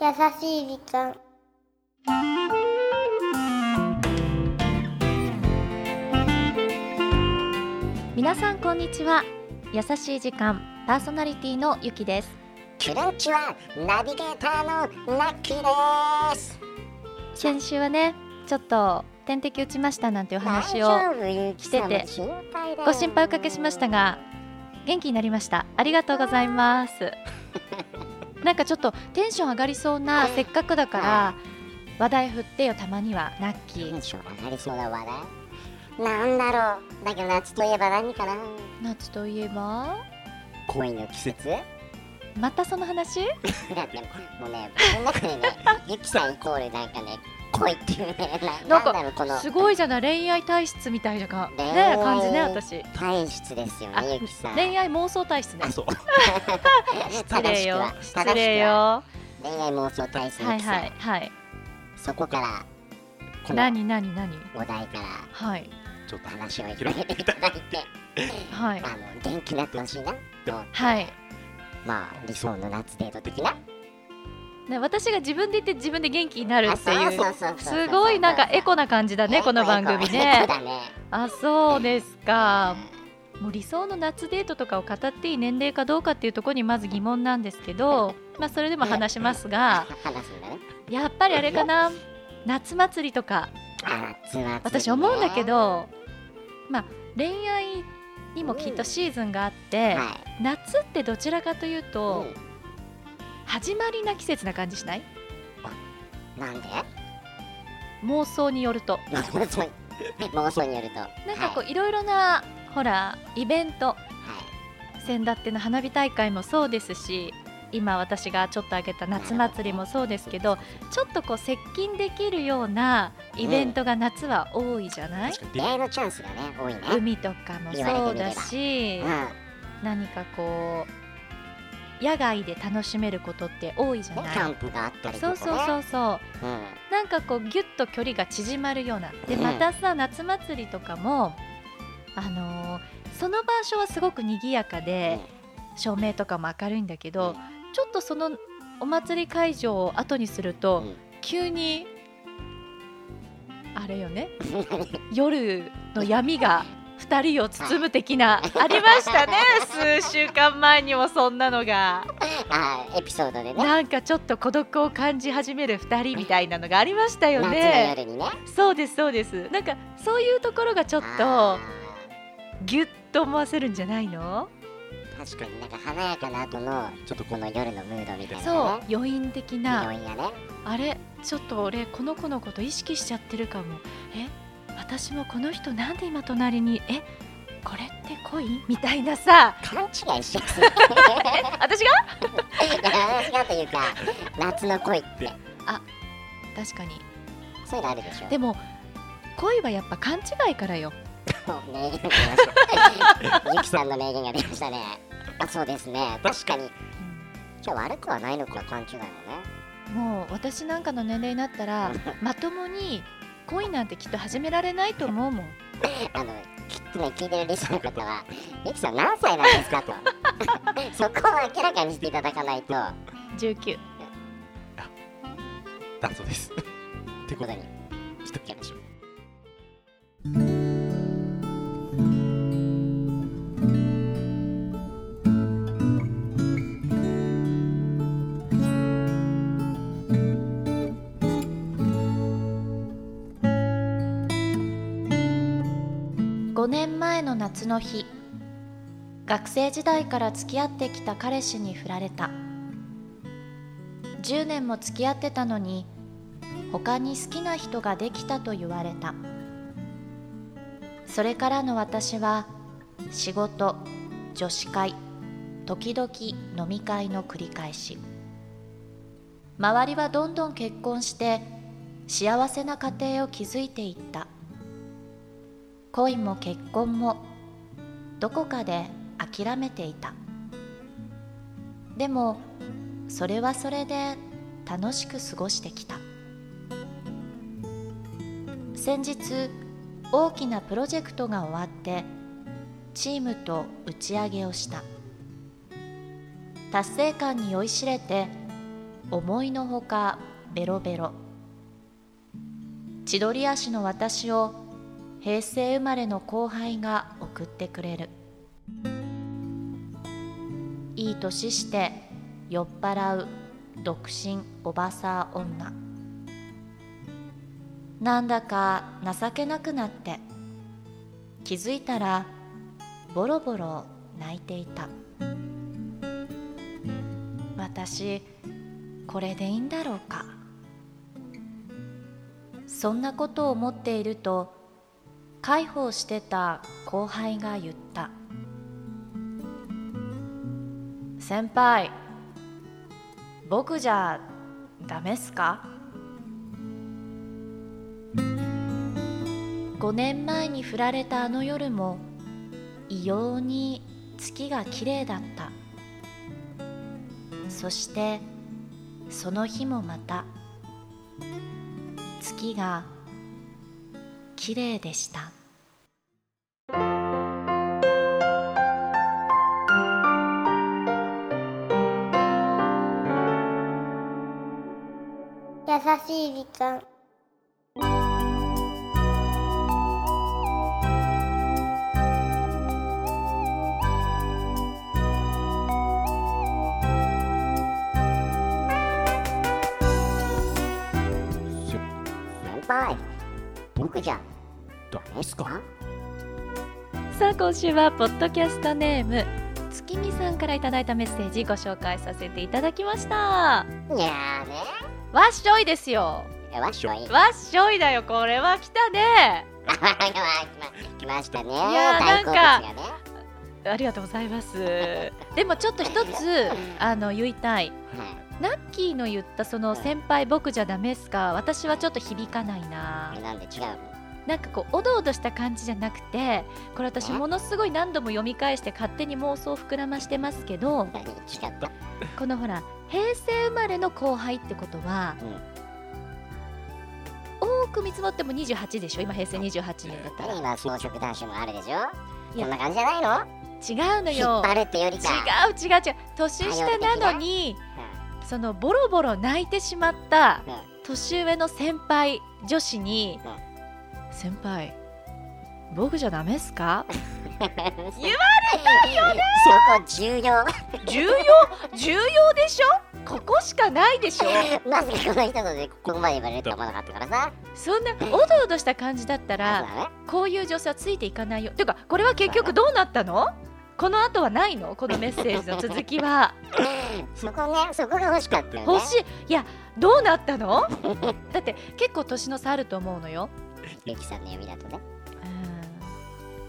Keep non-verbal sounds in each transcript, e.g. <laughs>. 優しい時間皆さんこんにちは優しい時間パーソナリティのゆきですキランチはナビゲーターのナッキーです先週はねちょっと点滴打ちましたなんていうお話をしててご心配おかけしましたが元気になりましたありがとうございます <laughs> なんかちょっとテンション上がりそうなせっかくだから話題振ってよたまにはナッキテーンション上がりそうな話題なんだろうだけど夏といえば何かな夏といえば恋の季節またその話だってもうね僕の中でねゆきさんイコールなんかね恋っていうねななんんかだろうこのすごいじゃない恋愛体質みたいなか、ね恋、愛感じね私体質ですよあねゆきさん恋愛妄想体質ね <laughs> そう失正礼しくよは失正し礼くはよ恋愛妄想体質ゆはいきさん、はいはいそこからこの何何何お題からはいちょっと話を広げていただいて <laughs> はいあの元気になってほしいなはいまあ理想の夏デート的なね私が自分で言って自分で元気になるってあいうそうそうそうそうすごいなんかエコな感じだねこの番組エねコだねあそうですかもう理想の夏デートとかを語っていい年齢かどうかっていうところにまず疑問なんですけどまあそれでも話しますがあ話すんだねやっぱりあれかな夏祭りとかあ夏祭りね私思うんだけどまあ恋愛にもきっとシーズンがあって、は夏ってどちらかというい、と、始まりな季節な感じしないうん、なんで妄想によると妄想妄想によると <laughs> なんかこはういろいろなほらイベントいは先だっての花火大会もそうですし今私がちょっと挙げた夏祭りもそうですけどちょっとこう接近できるようなイベントが夏は多いじゃない、い、出会いのチャンスがね多いね海とかもそうだしうん、ね何かこう野外で楽しめることって多いじゃキないャンプがあったりとかそねうそうそうそうう、ん、なんかこうギュッと距離が縮まるようなでうんまたさ夏祭りとかも、あのーその場所はすごく賑やかで、照明とかも明るいんだけど、ちょっとそのお祭り会場を後にすると、うん <laughs> 急にあれよね夜の闇が二人を包む的 <laughs> なありましたね数週間前にもそんなのがあーエピソードでねなんかちょっと孤独を感じ始める二人みたいなのがありましたよ夏のね。夜にねそうですそうですなんかそういうところがちょっとあギュッと思わせるんじゃないのー確かになんか華やかな後のちょっとこの夜のムードみたいなねそう余韻的匂ないがねあれちょっと俺この子のこと意識しちゃってるかもえ私もこの人なんで今隣にえこれって恋みたいなさ勘違いしやすい <laughs> 私が私がという <laughs> か夏の恋って確かにそういうのあるでしょでも恋はやっぱ勘違いからよもう名言が出ましたゆきさんの名言が出ましたねあそうですね確かにじゃあ悪くはないのか勘違いもねもう私なんかの年齢になった <laughs> らまともに恋なんてきっと始められないと思うもんあのきっとね聞いてるリスナーの方は <laughs> ゆきさん何歳なんですかと <laughs> そこを明らかにしていただかないと19だそうです。ってここととににししととききままししょょうう。 5年前の夏の日学生時代から付き合ってきた彼氏に振られた10年も付き合ってたのに他に好きな人ができたと言われたそれからの私は仕事女子会時々飲み会の繰り返し周りはどんどん結婚して幸せな家庭を築いていった恋も結婚もどこかで諦めていたでもそれはそれで楽しく過ごしてきた先日大きなプロジェクトが終わってチームと打ち上げをした達成感に酔いしれて思いのほかベロベロ千鳥足の私を平成生まれの後輩が送ってくれるいい年して酔っ払う独身おばさん女なんだか情けなくなって気づいたらボロボロ泣いていた私これでいいんだろうかそんなことを思っていると介抱してた後輩が言った「先輩僕じゃダメっすか?」5年前に振られたあの夜も異様に月が綺麗だったそしてその日もまた月が綺麗でした優しい時間先輩僕じゃダメっすかさあ今週はポッドキャストネーム月見さんからいただいたメッセージご紹介させていただきましいたやーねわっしょいですよえわっしょいわわっしょいだよこれは来たね来ましたねいやー大好物がねありがとうございますでもちょっと一つあの言いたいナッキーの言ったその先輩僕じゃダメっすか私はちょっと響かないなはいなんで違うのなんかこうおどおどした感じじゃなくてこれ私ものすごい何度も読み返して勝手に妄想を膨らましてますけど何違ったこのほら平成生まれの後輩ってことは、多く見積もっても28でしょ今平成28年だったら何今草食男子もあるでしょいやこんな感じじゃないの違うの引よっ張るってよりか違う違う違う年下なのにそのボロボロ泣いてしまったうん年上の先輩女子に「先輩僕じゃダメっすか?うん言われたよね <laughs> そこ重要 <laughs> 重要」重要でしょここしかないでしょ <laughs> まさかこの人のでここまで言われると思わなかったからさそんなおどおどした感じだったらあこういう女性はついていかないよていうかこれは結局どうなったのこの後はないのこのメッセージの続き <laughs> はそうだねそこねそこが欲しかったよね欲しいいやどうなったのだって結構年の差あると思うのよゆきさんの読みだとね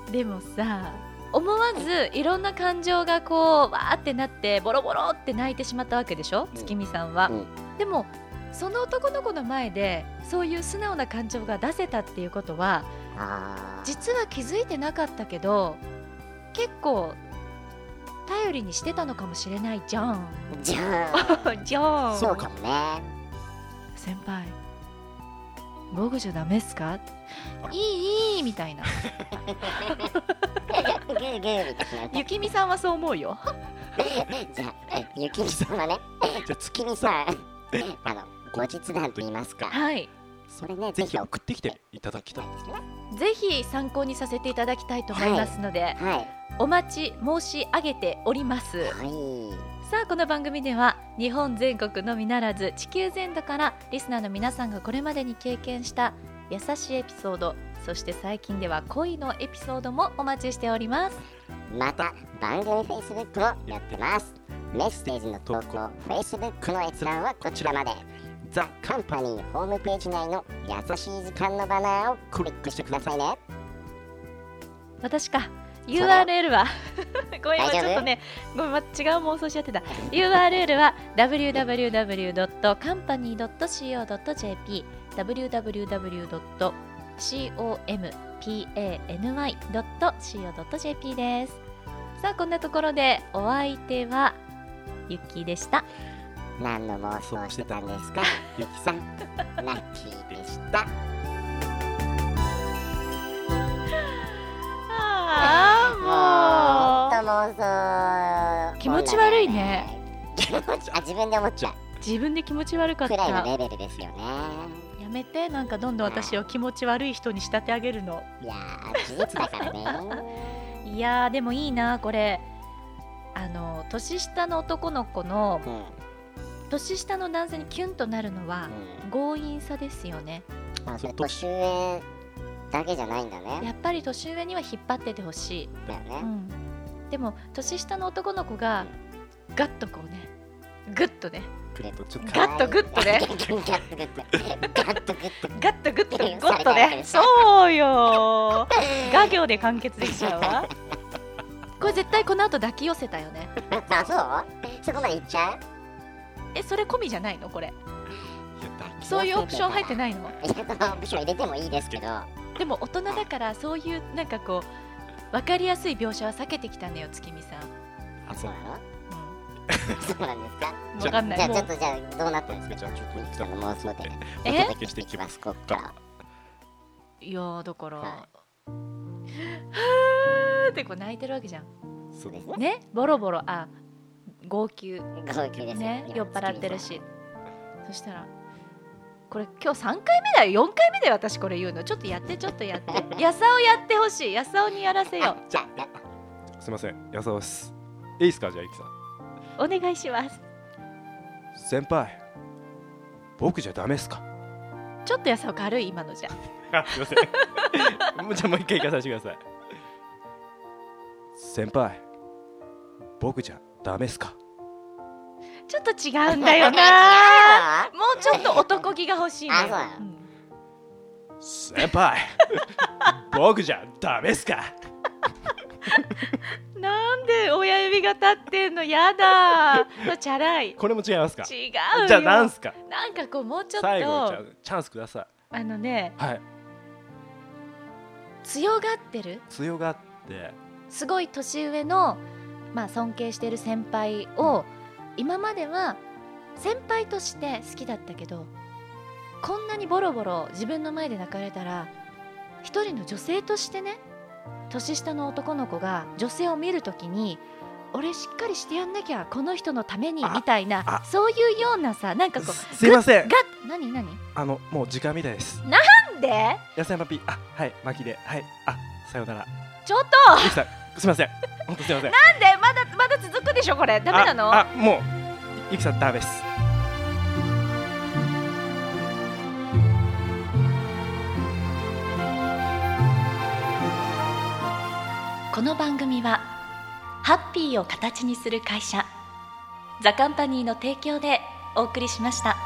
うんでもさ思わずいろんな感情がこうわーってなってボロボロって泣いてしまったわけでしょうん月見さんは、うんでもその男の子の前でそういう素直な感情が出せたっていうことはあー実は気づいてなかったけど結構頼りにしてたのかもしれないじゃんじゃ <laughs> じゃあんそうかもね先輩僕じゃダメっすかいいいいみたい <laughs> なグーグーみたいなね雪見さんはそう思うよじゃあゆきみさんはねじゃあゆ月きみさんあの後日談と言いますかはいそれねぜひ送送ってきていただきたいですねぜひ参考にさせていただきたいと思いますので、はいお待ち申し上げておりますはいさあこの番組では日本全国のみならず地球全土からリスナーの皆さんがこれまでに経験した優しいエピソードそして最近では恋のエピソードもお待ちしておりますまた番組 Facebook もやってますメッセージの投稿 Facebook の閲覧はこちらまでザ・カンパニーホームページ内の優しい時間のバナーをクリックしてくださいね私かう URL は <laughs> ごめん大丈今ち夫ょっとねごめんま違う妄想しちゃってた URL は www.company.co.jp www.company.co.jp ですさあこんなところでお相手はゆっきーでした何の妄想をしてたんですかゆきさんラッキーでしたあもうほんと妄想気持ち悪いね気持ちあ自分で思っちゃう自分で気持ち悪かっくたらいのレやベルですよねめてなんかどんどん私を気持ち悪い人に仕立て上げるのいやー事実だからねいやーでもいいなこれあの年下の男の子のうん、うん、年下の男性にキュンとなるのは強引さですよねあそれ年上だけじゃないんだねやっぱり年上には引っ張っててほしい、だよね、うん、でも年下の男の子がガッとこうねグッとねグッとちょっとガッとグッとねガッとグッとガッとグッとガッとグッととゴゴッッととねねそうよ画行で完結できちゃう <laughs> わこれ絶対この後抱き寄せたよねあそうそこまでいっちゃう <laughs> えそれ込みじゃないのこれいやだそういうオプション入ってないのいやこの部署入れてもいいですけどでも大人だからそういうなんかこう分かりやすい描写は避けてきたのよ月見さん、あそそううなのうそうなんですかん、分かんじないゃあもちょうっとじゃあどうなったんですかじゃあちょっとミキさんの妄想でえお届けしていきますこっからいやーだから「はいはーってこう泣いてるわけじゃんそうですねねボロボロあ号泣号泣ですよね今酔っ払ってるしそしたらこれ今日3回目だよ4回目だよ私これ言うのちょっとやってちょっとや <laughs> ってやさおやってほしいやさおにやらせよじゃあやすいません安尾ですいいっすかじゃあゆきさんお願いします先輩僕じゃダメっすかちょっとやさお軽い今のじゃあ <laughs> すいません <laughs> もうじゃあもう一回行かさせてください先輩僕じゃダメっすかちょっと違うんだよ <laughs> なあもうちょっと男気が欲しいのよあそうなのん先 <laughs> 輩僕じゃダメっすかなんで親指が立ってんのやだー <laughs> チャラい違うこれも違いますかよじゃあなんすかなんかこうもうちょっと最後じゃあチャンスくださいあのねはい強がってる強がってすごい年上の、まあ、尊敬してる先輩を今までは先輩として好きだったけどこんなにボロボロ自分の前で泣かれたら一人の女性としてね年下の男の子が女性を見るときに俺しっかりしてやんなきゃこの人のためにあみたいなあそういうようなさなんかこうすすいませガんッ何何あのもう時間みたいですなんで野菜パピあはいマキではいあさようならちょっとゆきさんすいません本当すいませんなんでまだまだ続くでしょこれダメなのああもうゆきさんダメですこの番組はハッピーを形にする会社ザカンパニーの提供でお送りしました。